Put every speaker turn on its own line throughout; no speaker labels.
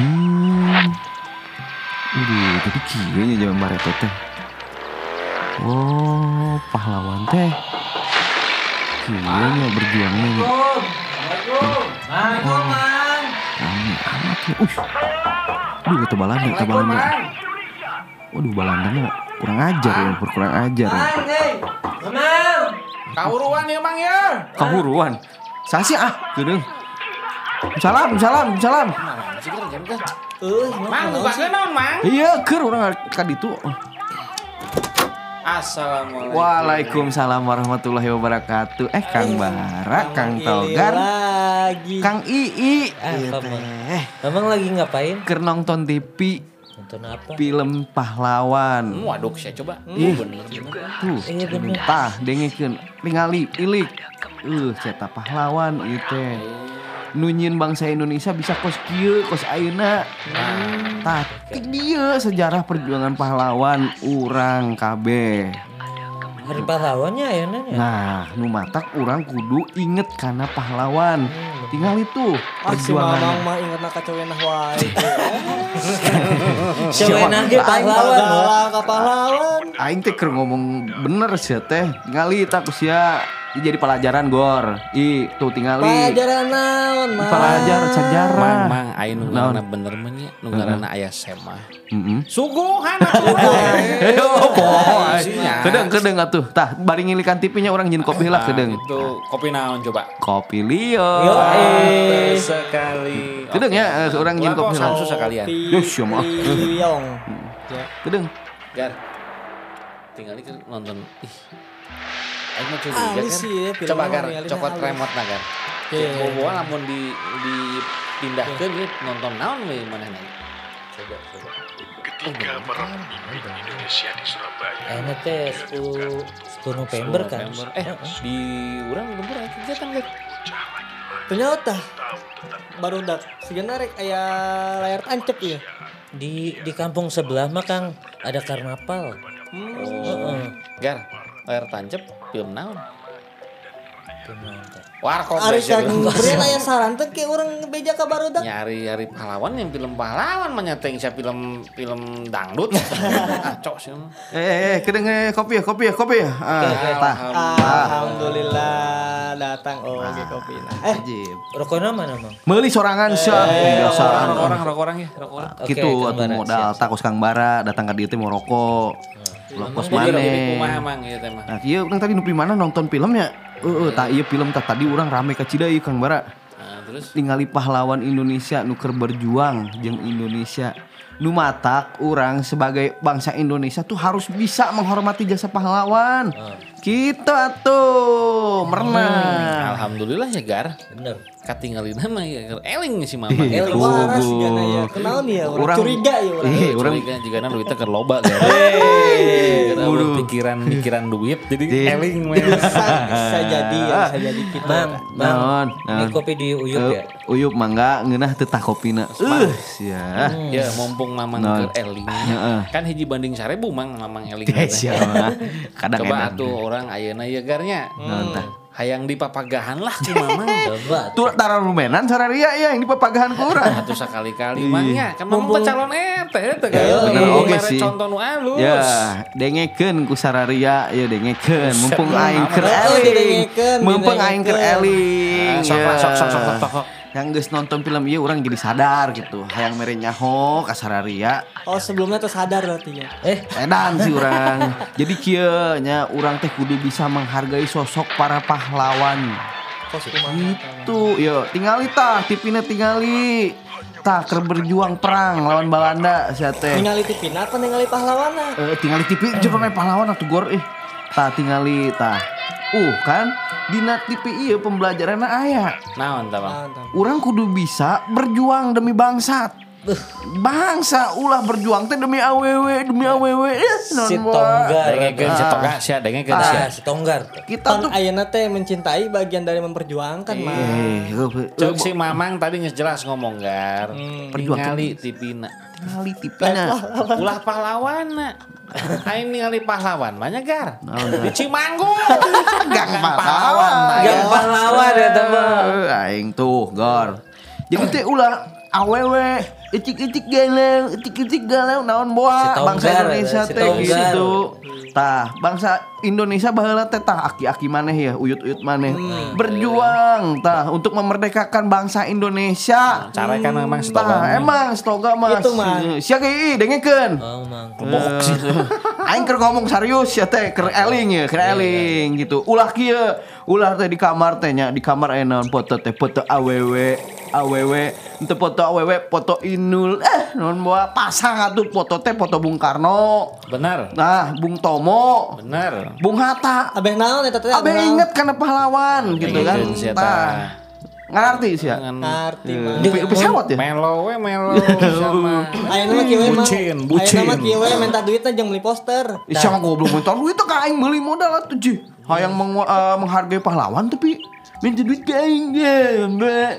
Hmm. Aduh, jadi kieu nya jaman Mareto teh. Oh, pahlawan teh. Kieu nya berjuangnya nya.
Assalamualaikum, Mang.
Rame amat ya. Uh. Aduh, tebalan ya,
Assalamualaikum,
tebalan
Mang. eh.
Waduh, balanda mah kurang ajar ya, kurang ajar. Ya.
Mang, hei. Mang. Kauruan ya, Mang ya.
Kahuruan. Sasi ah, gedeung. Salam, salam, salam.
Mang, buka ke naon, Mang? eh.
Iya, keur urang ka ditu.
Assalamualaikum.
Waalaikumsalam warahmatullahi wabarakatuh. Eh, Kang Bara, Kang Togar,
lagi.
Kang Ii.
Ah,
Iya
kamu.
teh.
Abang lagi ngapain?
Keur nonton TV
Nonton apa?
film pahlawan.
Waduh, saya coba. Iya,
Ih.
Bener juga.
Tuh,
Iya, bener.
tah dengekeun ningali ilik. Eh, ceta pahlawan ieu teh. Nunyin bangsa Indonesia bisa kos kieu, kos ayeuna.
Hmm.
Tah, tik dia sejarah perjuangan pahlawan urang kabeh.
Hari pahlawannya ya Nen ya?
Nah, nu matak urang kudu inget kana pahlawan.
Hmm.
Tinggal itu perjuangan.
mah inget nak
Nah,
kacawenah wae.
Cewena ge Nah, pahlawan. ya? wah.
Kalah ka pahlawan.
Aing teh keur ngomong bener sih teh. Tingali tak sia Ih, jadi pelajaran gor. I tuh tingali.
Pelajaran naon, Mang?
Pelajar sejarah.
Mang, mang, ayo nunggarana bener mah nya, nunggarana ayah sema.
Mm-mm.
Suguhan atuh. weh.
Eh, oh, boy.
Sinyal.
Kedeng, kedeng atuh. Tah, bari ngilikan tipinya orang jin kopi lah kedeng.
Itu Nah, gitu. kopi naon coba?
Kopi Lio.
Yo, eh.
Sekali.
Kedeng ya, eh, orang jin kopi lah.
Kan Susah kalian.
Yo, siya mah.
Liong.
Kedeng.
Gar. Tinggal ini kan nonton. Ih. Aing mah curiga
Ah,
kan.
ini sih ya, film
Coba
orang
Gar,
ninggalin
cokot
halus.
remote na
Iya,
Gar.
iya.
Bobo lamun di dipindahkeun ieu nonton naon we manehna. Coba coba.
Ketika para pemimpin Indonesia di Surabaya
Ayeuna teh 10 10 November kan.
November. Eh,
Iya,
di urang lembur aya kegiatan Gar.
Ternyata baru ndak segenarek aya layar tancep ya.
Di di kampung sebelah mah Kang ada karnaval.
Hmm.
Heeh.
Gar, layar tancep film naon?
Kumaha teh?
Warkop
Ari
Brazil.
kan beri layar saran teh ke orang beja ka baru ndak.
nyari nyari pahlawan yang film pahlawan mah nyata yang siya film film dangdut acok sih mah.
Eh, eh, eh, kedeng eh, kopi ya, kopi ya, kopi ya. Ah, tah.
Alhamdulillah datang oh ge kopi. Eh,
Ajib.
Rokona mana, Mang?
Meuli sorangan
Eh,
sah. Biasaan.
ya, orang orang orang ya orang orang
Oke,
gitu
Kang
atuh
Bara,
modal
siap, Nah, iya.
takos Kang Bara datang ke dieu teh mau rokok. Lokos
jadi orang di rumah
maneh.
emang gitu emang
Nah, ieu urang tadi nu di mana nonton filmnya? Heeh, eh, tak ieu film tah tadi urang rame ka Cidayu Kang Bara.
nah, terus
Tingali pahlawan Indonesia nuker berjuang jeung Indonesia. Nu matak urang sebagai bangsa Indonesia tuh harus bisa menghormati jasa pahlawan. Gitu atuh, merenang.
alhamdulillah ya gar
Bener.
katinggalin mah ya gar eling si mama
Ih,
eh,
eling
waras
Gugu.
sigana ya. Kenaon ya orang curiga ya orang.
Ih,
orang
urang
juga kan duitnya ke loba gar Karena
Waduh.
pikiran pikiran duit
Di-
jadi eling men
Bisa, bisa jadi ya, bisa jadi Nah. kita.
Bang, Bang.
Naon,
Ini
naon.
kopi diuyup ya.
Eh, Uyup mangga ngeunah teu tah kopina. Eh, sia.
ya mumpung mamang
Nah.
ke eling
Heeh.
kan hiji banding sarebu mang mamang eling
Sia mah. Kadang
coba
enak.
atuh orang ayeuna ya garnya
Naon tah?
hayang dipapagahan lah kumama
Coba.
Tuh taruh rumenan sararia ya yang di papagahan kurang.
atuh sakali-kali mangnya kan mamang
Mumpung-
calon eta eta kan
Iya. bener,
Mumpung
oge
mere
sih.
contoh nu alus
Ya, dengekeun ku sararia ya dengekeun mumpung aing keur
amat.
eling.
Dengekeun,
Mumpung aing keur
dengekeun.
eling.
Ah, sok lah,
ya.
sok, sok, sok, sok, sok, sok.
Yang geus nonton film ieu urang jadi sadar gitu. Hayang mere nyaho ka sararia.
Oh, sebelumnya tuh sadar berarti ya.
Eh,
Edan sih urang. Jadi kieu nya urang teh kudu bisa menghargai sosok para pahlawan.
Kos kumaha.
Gitu, yo tingali tah tipina tingali. Tah keur berjuang perang lawan Belanda sia teh.
Ningali tipin apa ningali pahlawana?
Eh, tinggal di TV coba main pahlawan atau gor eh tak tinggal di tah uh kan di TV iya pembelajaran ayah
naon tah bang
Mantap.
orang kudu bisa berjuang demi bangsat bangsa ulah berjuang teh demi aww demi aww eh,
si
non wa.
Tonggar.
Ah.
dengekeun si toga sia dengekeun sia
Ah, si Tonggar.
kita
Pan
tuh
ayeuna teh mencintai bagian dari memperjuangkan mah.
Iya.
eh
Cok si Mamang tadi nges jelas ngomong gar
Hmm.
Perjuangkan.
ningali tipina
tinggali tipina
ulah pahlawana Aing ningali pahlawan banyak gar
Naon,
di Cimanggu
gang pahlawan
Yang pahlawan ya, teman.
Eh, aing tuh gor jadi teh ulah awewe etik-etik galau etik-etik galau naon boa
Si Tonggar,
bangsa Indonesia
si
teh
Tonggar.
gitu tah bangsa Indonesia baheula teh tah aki-aki maneh ya uyut-uyut maneh
Hmm.
berjuang tah untuk memerdekakan bangsa Indonesia
Cara kan
Hmm,
memang
tah
setoran.
emang stoga mas
Gitu,
Itu, Mas.
sia geuy dengekeun
Oh, mang.
Aing keur ngomong serius ya teh
Iya,
keur eling ya, keur eling gitu. Ulah kieu, ulah teh di kamar teh nya, di kamar aya naon foto teh foto awewe, awewe, henteu foto awewe, foto Inul. Eh, naon bawa pasang atuh foto teh foto Bung Karno.
Benar.
Nah, Bung Tomo,
Benar.
Bung Hatta.
Abeh naon eta teh?
Abe
Iya,
naon?
inget karena pahlawan gitu kan.
Ingetin Iya, sia,
Tah.
tah.
Ngarti sih ya.
Ah.
Dengan
Arti mah.
Iya.
pesawat ya?
melo we melo sama.
Ayeuna mah kieu we mah.
Bucin,
Ayeuna mah
bucin.
kieu we minta duitna jeung beli poster.
Ih, Siapa goblok mentor duit tuh kain beli modal tuh ji. Hayang meng- eh, menghargai pahlawan tapi minta duit ke aing ya, Mbak.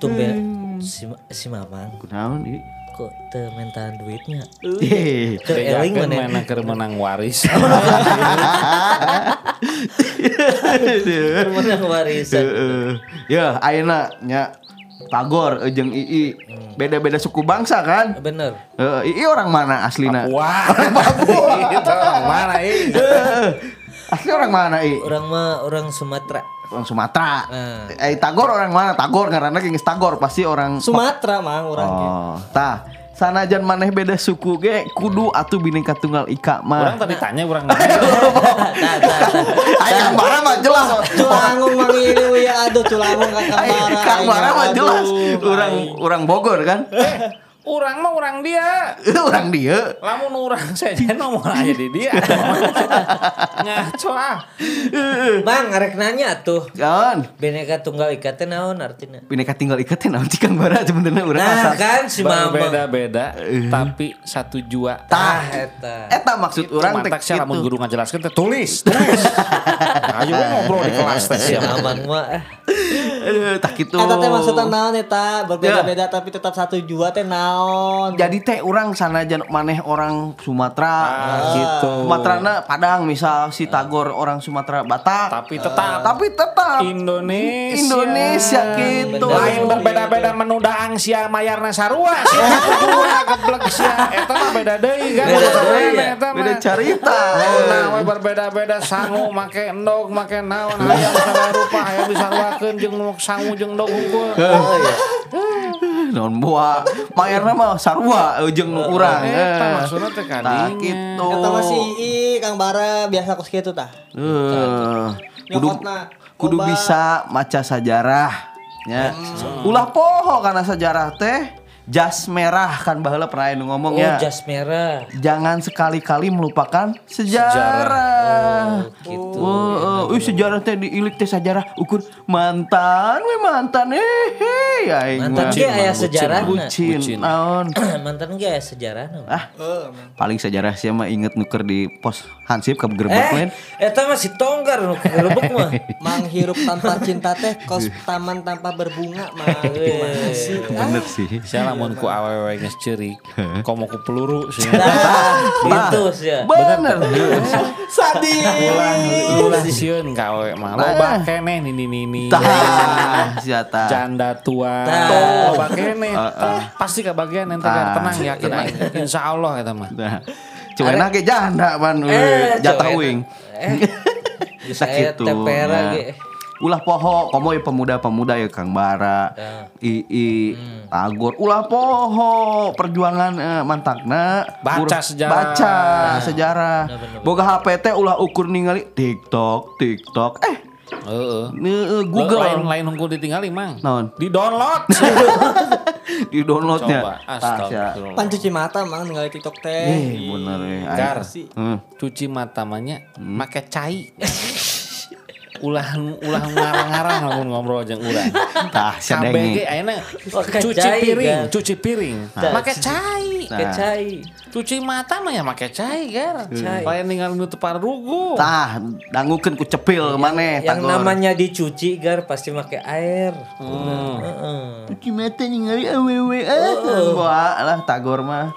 Tumben si, si Mamang
Kunaon ieu?
kok teu mentahan duitnya.
Hehehe.
Ke ya? eling
Dejakeun
mana?
mana keur menang waris.
Mana warisan?
Heeh. Ya, ayeuna nya Tagor eh, jeung Ii beda-beda suku bangsa kan?
Bener.
Eh, Ii orang mana aslina?
Wah, Itu orang mana ih?
Asli orang mana Ii?
Orang mah orang Sumatera.
Orang Sumatera.
Hmm.
Eh, Tagor orang mana? Tagor karena geus Tagor pasti orang
Sumatera mah urang ge.
Oh, tah. Sanajan maneh beda suku ge kudu atuh bineka tunggal ika
Ah.
Orang
mah.
tadi tanya orang mana?
Tah, tah, tah.
Aing Kang Bara mah jelas.
Culangung mang ini we
ya,
aduh culangung ka
Aing
kamara.
Kang Bara mah jelas. Urang
Urang
urang Bogor kan.
Orang mah orang dia.
Urang dia.
Lamun orang saja ngomong aja di dia. Ngaco ah.
Bang, arek nanya tuh.
Kan
Bineka Tunggal Ika teh naon artinya?
bineka tinggal ika teh naon sih Kang Bara sebenarnya urang asal.
Nah, kan si Eh. Mamang.
Berbeda-beda tapi satu jua.
Tah eta.
Eta maksud urang teh
Mantak sih lamun
gitu.
kitu.
guru ngajelaskeun teh tulis, tulis. Ayo we ngobrol di kelas teh
Si
sia.
Mamang mah eh.
Eh, tah kitu.
Eta teh maksudna naon
ya,
Ya.
eta? Berbeda-beda tapi tetap satu jua teh naon?
jadi teh orang sanajan maneh orang Sumatera
gitu.
Sumaterana Padang misal si Tagor orang Sumatera Batak
Tapi tetap.
tapi tetap
Indonesia.
Indonesia gitu
Bener.
Lain berbeda-beda menu daang sia mayarna sarua sia kedua geblek sia eta mah beda deui kan
Beda Eh. deui ya.
eta mah.
beda cerita
Naon we berbeda-beda sangu make endog make naon aya bisa rupa aya bisa ruakeun jeung nu sangu jeung endog unggul.
Eh,
non boa mayarna mah sarua eh, jeung nu urang
Eta
eh.
maksudnya teh
Tah
kadinge.
gitu
Eta mah si Ii Kang Bara biasa kos kitu tah.
Eh, kudu
Nyokotna,
kudu
loba.
bisa maca sejarah ya. Ulah poho karena sejarah teh jas merah kan baheula pernah anu ngomong
Oh,
ya.
jas merah.
Jangan sekali-kali melupakan sejarah.
Oh, gitu.
Wah, eh, ih, sejarah teh diilik teh sejarah ukur mantan we mantan eh hei aing mah.
Mantan ge aya sejarahna.
bucin,
Bucin.
naon
Mantan ge aya sejarahna.
ah paling sejarah sih mah inget nuker di pos hansip ke gerbek
Eh,
lain
eta mah si Tonggar nu kerebek mah.
Manghirup tanpa cinta teh kos taman tanpa berbunga mah. Gimana sih?
Iya. bener sih
Sia lamun ku awewe geus ceurik, komo ku peluru sia.
Eh. Nah, gitu sih. ya.
bener
Ulah ulah sieun ka awewe mah. Loba keneh nini-nini.
tah siata
janda tua
Tah.
tuh bagene tah. pasti kebagian ente kan
Tah.
tenang yakin aing insya Allah eta mah
Nah, cuena ge janda pan
Eh,
jatah
cowok
wing.
eta. Eh, saya
nah.
tempera ge.
Ulah poho, komo ya pemuda-pemuda ya Kang Bara, Ii, Tagor, ulah poho, perjuangan eh, mantakna,
Baca
Urang-
sejarah.
baca sejarah, boga HPT ulah ukur ningali TikTok, TikTok, eh,
Heeh.
eh,
Google lain
Google,
lain unggul ditinggali mang
Naon?
di download
di downloadnya,
coba astagfirullah
Pan cuci mata mang ninggali TikTok teh.
eh, bener ya,
Gar.
Aing. Hmm.
cuci mata manya make cai ulah ulah ngarang-ngarang lamun ngobrol jeung urang
Tah, sedenge.
kabeh ge ayeuna
Make
cuci
cai,
piring
Gar.
cuci piring make cai
Nah.
Kecai.
cuci mata mah ya make cai gar
Cai.
lain ninggal nu tepar rugu
Tah, dangukeun ku cepil maneh
Yang
Tagor.
namanya dicuci gar pasti pakai air. Heeh.
Cuci mata ningali awewe ah. Wah, lah tagor mah.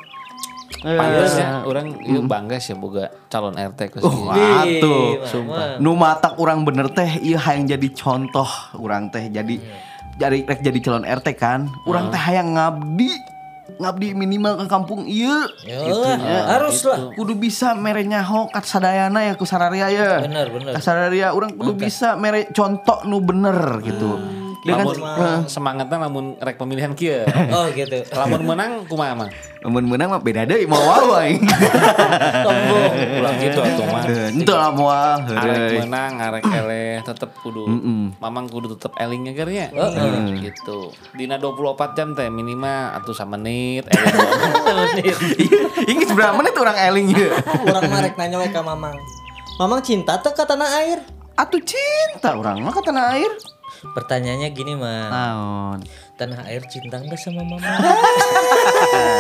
Eh,
Pantes ya, orang ieu bangga sih boga calon RT ku
Oh,
sih.
atuh.
Sumpah.
Nu matak urang bener teh ieu hayang jadi contoh urang teh jadi jadi rek jadi calon RT kan orang teh hayang ngabdi ngabdi minimal ke kampung iya
Yalah, harus lah.
kudu bisa mere nyaho kat sadayana ya ku sararea ya
Bener, bener.
Ka sararea orang kudu bisa mere contoh nu bener gitu dengan
Lamun semangatnya lamun rek pemilihan kieu.
ah,
Oh gitu.
lamun menang kumaha mah?
menang mah beda deh mau wawa
Sombong.
Ulah gitu atuh mah.
itu lah mau
Arek menang, arek eleh tetep kudu. Mamang kudu tetep elingnya keur nya. Gitu. Dina 24 jam teh minimal atuh samenit eling doang.
ini seberapa menit orang eling ya
Kurang marek nanya we ka Mamang. Mamang cinta teh ka tanah air?
atuh cinta orang mah ke tanah air
Pertanyaannya gini mah,
naon
tanah air cinta nggak sama mama?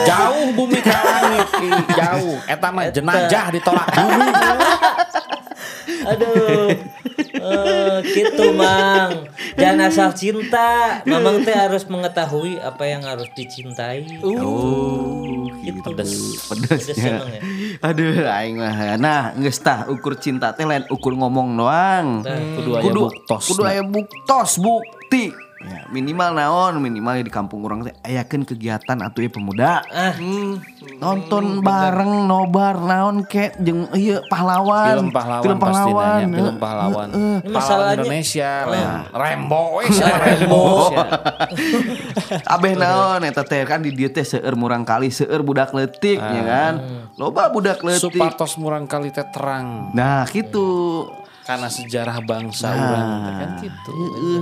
Jauh bumi ka langit, Ki. jauh. Eta mah jenajah ditolak bumi.
Aduh, Eh, gitu mang. Jangan asal cinta. Mamang teh harus mengetahui apa yang harus dicintai.
Oh, Uh, gitu.
Pedes. Pedes
Pedesnya.
emang ya.
Aduh, aing mah. Nah, geus tah ukur cinta teh lain ukur ngomong doang.
Kudu aya
Kudu
buktos.
kudu
nah.
aya buktos, bukti. Ya, minimal naon, minimal di kampung urang teh ayakeun kegiatan atuh ya pemuda. Hmm.
Ah,
Nonton bareng nobar naon ke jeung ieu pahlawan.
Film pahlawan, pasti nanya. Film pahlawan.
Ini
Pahlawan
masalahnya-
Indonesia. Rembo. Rembo. weh, siapa Rembo.
Oh. Abeh naon eta teh kan di dieu teh seueur murang kali seueur budak leutik
Ah.
ya kan. Loba budak leutik.
Supartos murang kali teh terang.
Nah, gitu.
Karena sejarah bangsa urang teh kan gitu.
Heeh.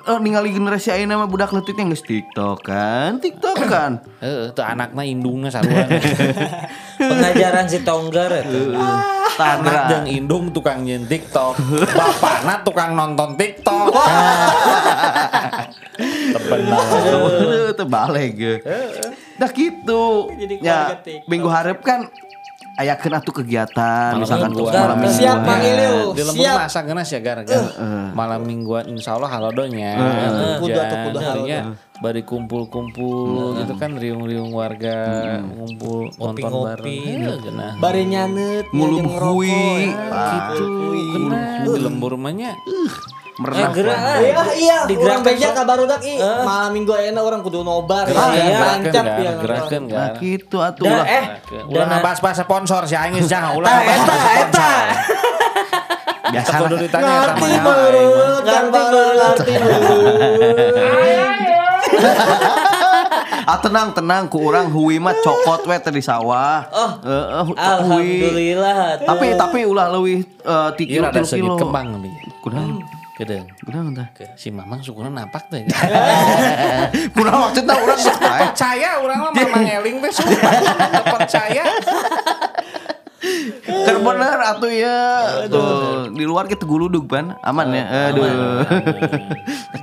Eh, ningali generasi ayeuna mah budak leutik yang geus TikTok kan, TikTok kan.
Heeh, teu anakna indungna saruan.
pengajaran si Tonggar itu.
Anak
Tandra.
jeung indung tukang nyen TikTok. Bapakna tukang nonton TikTok. Tebenar.
Aduh, teu balik ge. Dah gitu.
Jadi keluarga
Ya,
TikTok.
minggu harap kan aya kena tuh kegiatan misalkan
mingguan.
terus malam
Nah, Siap,
mingguan.
Mang Ilil.
Di lembur
Siap.
masa genas ya gar gar. Malam mingguan insya Allah halodonya.
Kudu atuh kudu
Artinya bari kumpul-kumpul gitu kan riung-riung warga ngumpul nonton
Ngopi-ngopi.
bareng. Cenah.
Bari nyanet,
Ngulub
nyanyi ngerokok,
hui.
ya.
Ah,
Gitu.
Kenal di lembur mahnya.
Eh,
Merenang.
gerak ah.
Iya, iya,
Digerakkan
orang beja
sok.
kabar udak i. Malam minggu enak orang kudu nobar.
Ah. Gerakan,
ya,
Gerakeun
Tancap
gar,
ya.
gerakeun
Nah,
gar.
gitu atuh
Dan
lah.
eh,
Ulah
dan
ngebahas-bahas sponsor si Aing jangan ulah
Eta,
ngebahas-bahas
eta, eta.
biasa
Kudu
lah.
ditanya eta
Ngerti
mah
meureun,
Ngerti
meureun, ngerti meureun.
Ah tenang tenang ku urang hui mah cokot we teh di sawah.
Oh,
Heeh, hui.
Alhamdulillah.
Tapi tapi ulah leuwih eh, ti
Iya
kilo
ada
tilu
segit
kilo.
kembang nih.
Kunaon?
Gedeng.
Kunaon tah?
Si Mamang syukurna napak ya. teh.
Kunaon maksudna urang eh. sok tae.
Percaya orang mah Mamang Eling teh sumpah. Teu Percaya.
Keur bener atuh ya. Tuh, di luar kita guludug ban, aman ya. Aduh.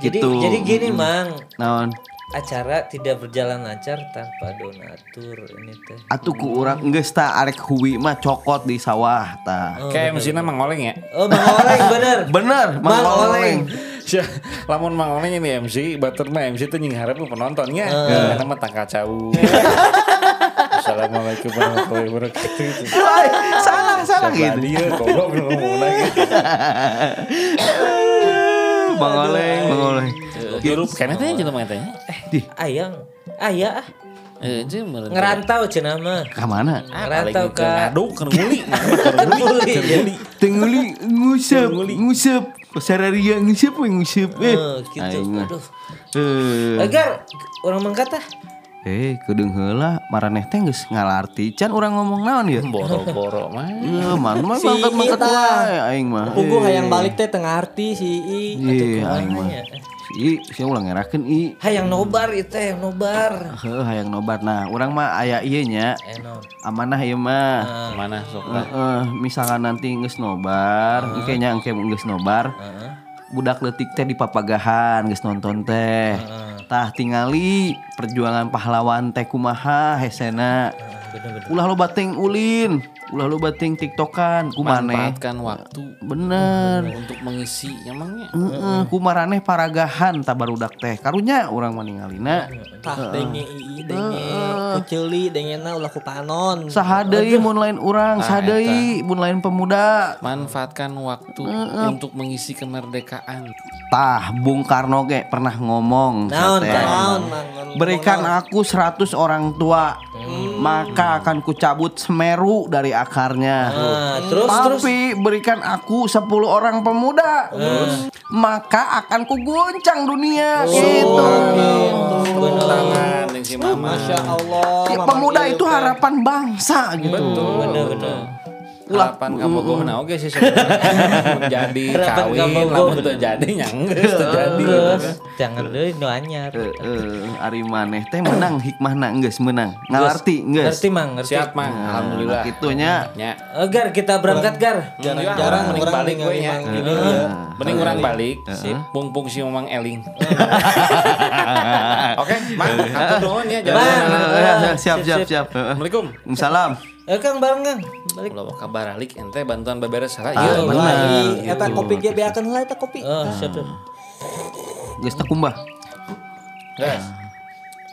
Jadi
Gitu.
jadi gini mang,
Naon?
acara tidak berjalan lancar tanpa donatur ini teh.
Atuh ku urang geus tah arek hui mah cokot di sawah tah.
Kayak mesinnya mengoleng ya.
Oh, Mang Oleng bener.
Bener, Mang
Mang
Oleng.
Oleng.
Sia, lamun Mang Oleng ini MC, batur mah MC tuh nying harap lu penontonnya.
Eh.
Karena mah tak kacau. Assalamualaikum warahmatullahi wabarakatuh.
Wah, salah salah
Siapa
gitu.
dia? Goblok lu ngomong lagi.
Mang Oleng, Mang Oleng.
Hirup kayaknya tanya jelema mah tanya.
Ayang, ayah ah,
Eh, jeung meureun.
ngerantau cenah mah.
Ka mana?
Ngerantau
Ke
ka
ngadu, ke nguli.
Nguli, ya.
Tenguli ngusap, ngusap. Sararia ngusap, we ngusap. Eh,
Eh, gitu.
Aing mah.
Aduh.
Eh.
Agar orang "Ah, mengkata
Eh, kedeng heula maraneh teh geus ngalarti. Can urang ngomong naon ya?
Boro-boro mah.
Ieu man mah
Si
mangkat mangkat
Ita.
wae aing mah.
Pugu hayang balik teh tengah arti si I.
Ieu aing mah.
ya.
Si, si ulah ngerakeun i.
hayang nobar itu yang nobar.
Heuh hayang nobar. Nah, urang mah aya ieu nya.
Enon.
Amanah ieu mah.
Mana sok lah.
Heeh, Eh, misalkan nanti geus nobar,
Eh.
kayaknya engke geus nobar. Budak letik teh di papagahan geus nonton teh.
Eh,
Tah tingali perjuangan pahlawan teh kumaha
Eh,
hesena. Ulah lo bating ulin, ulah lo bating tiktokan
ya?
kumaneh.
Manfaatkan waktu
Eh,
Bener.
untuk mengisi emangnya.
Heeh, kumaraneh
Eh,
paragahan tabarudak teh. Karunya urang mah ningalina.
Tah denge I I denge.
Eh,
kuceli dengenna ulah ku panon.
Sahadei mun lain urang,
Ah,
sahadei mun lain pemuda.
Manfaatkan waktu untuk mengisi kemerdekaan.
Tah, Bung Karno ge pernah ngomong.
Naon,
teh.
naon, Mang.
Berikan aku 100 orang tua, maka akan kucabut semeru dari akarnya.
Nah, terus terus
Tapi berikan aku 10 orang pemuda, maka akan kuguncang dunia gitu.
Tangan yang si mama.
Masya Allah. iya.
Ya,
Mamang
pemuda
ieu
itu
teh.
harapan bangsa gitu.
bener bener.
Harapan kamu gue nah oke sih sebenarnya jadi
Harapan
kawin,
kabogoh.
namun tuh jadi nyangges tuh jadi.
Terus jangan deh no anyar.
Eh, eh, Ari maneh teh menang hikmah na geus menang. Ngalarti geus. Nah,
Ngerti mang, ngerti.
Siap mang, alhamdulillah.
Kitu nya.
Ya.
Eh, Gar kita berangkat Gar.
Jarang-jarang orang
mending Iya, balik
ningali
gue ya.
Mang gini ya.
Mending orang balik, mumpung si Mamang Eling. Oke, Mang, aku nuhun ya.
Eh,
Jangan kemana-mana.
eh, eh, Siap siap siap. Eh,
Assalamualaikum.
eh. Salam.
Eh Kang bareng Kang. Balik.
Kalau kabar alik ente bantuan beberes salah
Ah,
iya.
bener.
Lagi,
Gitu.
eta kopi ge beakeun heula eta kopi.
Eh, siap siap.
Geus tekumbah.
Gas.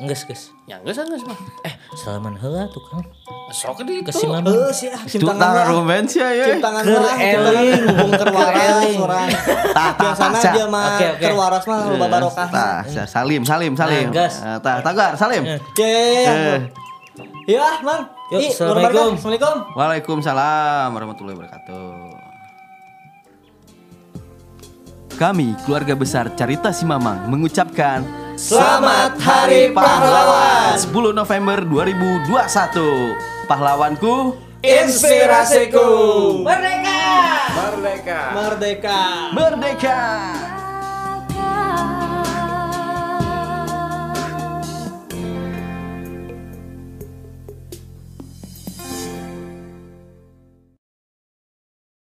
Enggeus, geus.
Ya geus geus mah. Eh,
Salaman heula tuh Kang.
sok di
Ke
itu.
si Mamang.
Heuh sih ah
Itu
cintangan lah.
romen sih ya.
Cintangan
Keur
lah.
eling.
Bungker waras
eling.
orang.
Tah, tah,
Biasana
tah,
dia mah
Oke, oke.
keur waras mah loba barokah.
Iya. Tah, sa- salim salim salim.
Nah, gas.
Eh, Tah, tagar salim. Eh.
Ye. Ya, Mang.
Yuk,
Ih,
Assalamualaikum.
luar barokah. Assalamualaikum.
Waalaikumsalam warahmatullahi wabarakatuh. Kami keluarga besar Carita Simamang mengucapkan
Selamat Hari Pahlawan.
10 November 2021. Pahlawanku
Inspirasiku.
Merdeka!
Merdeka.
merdeka.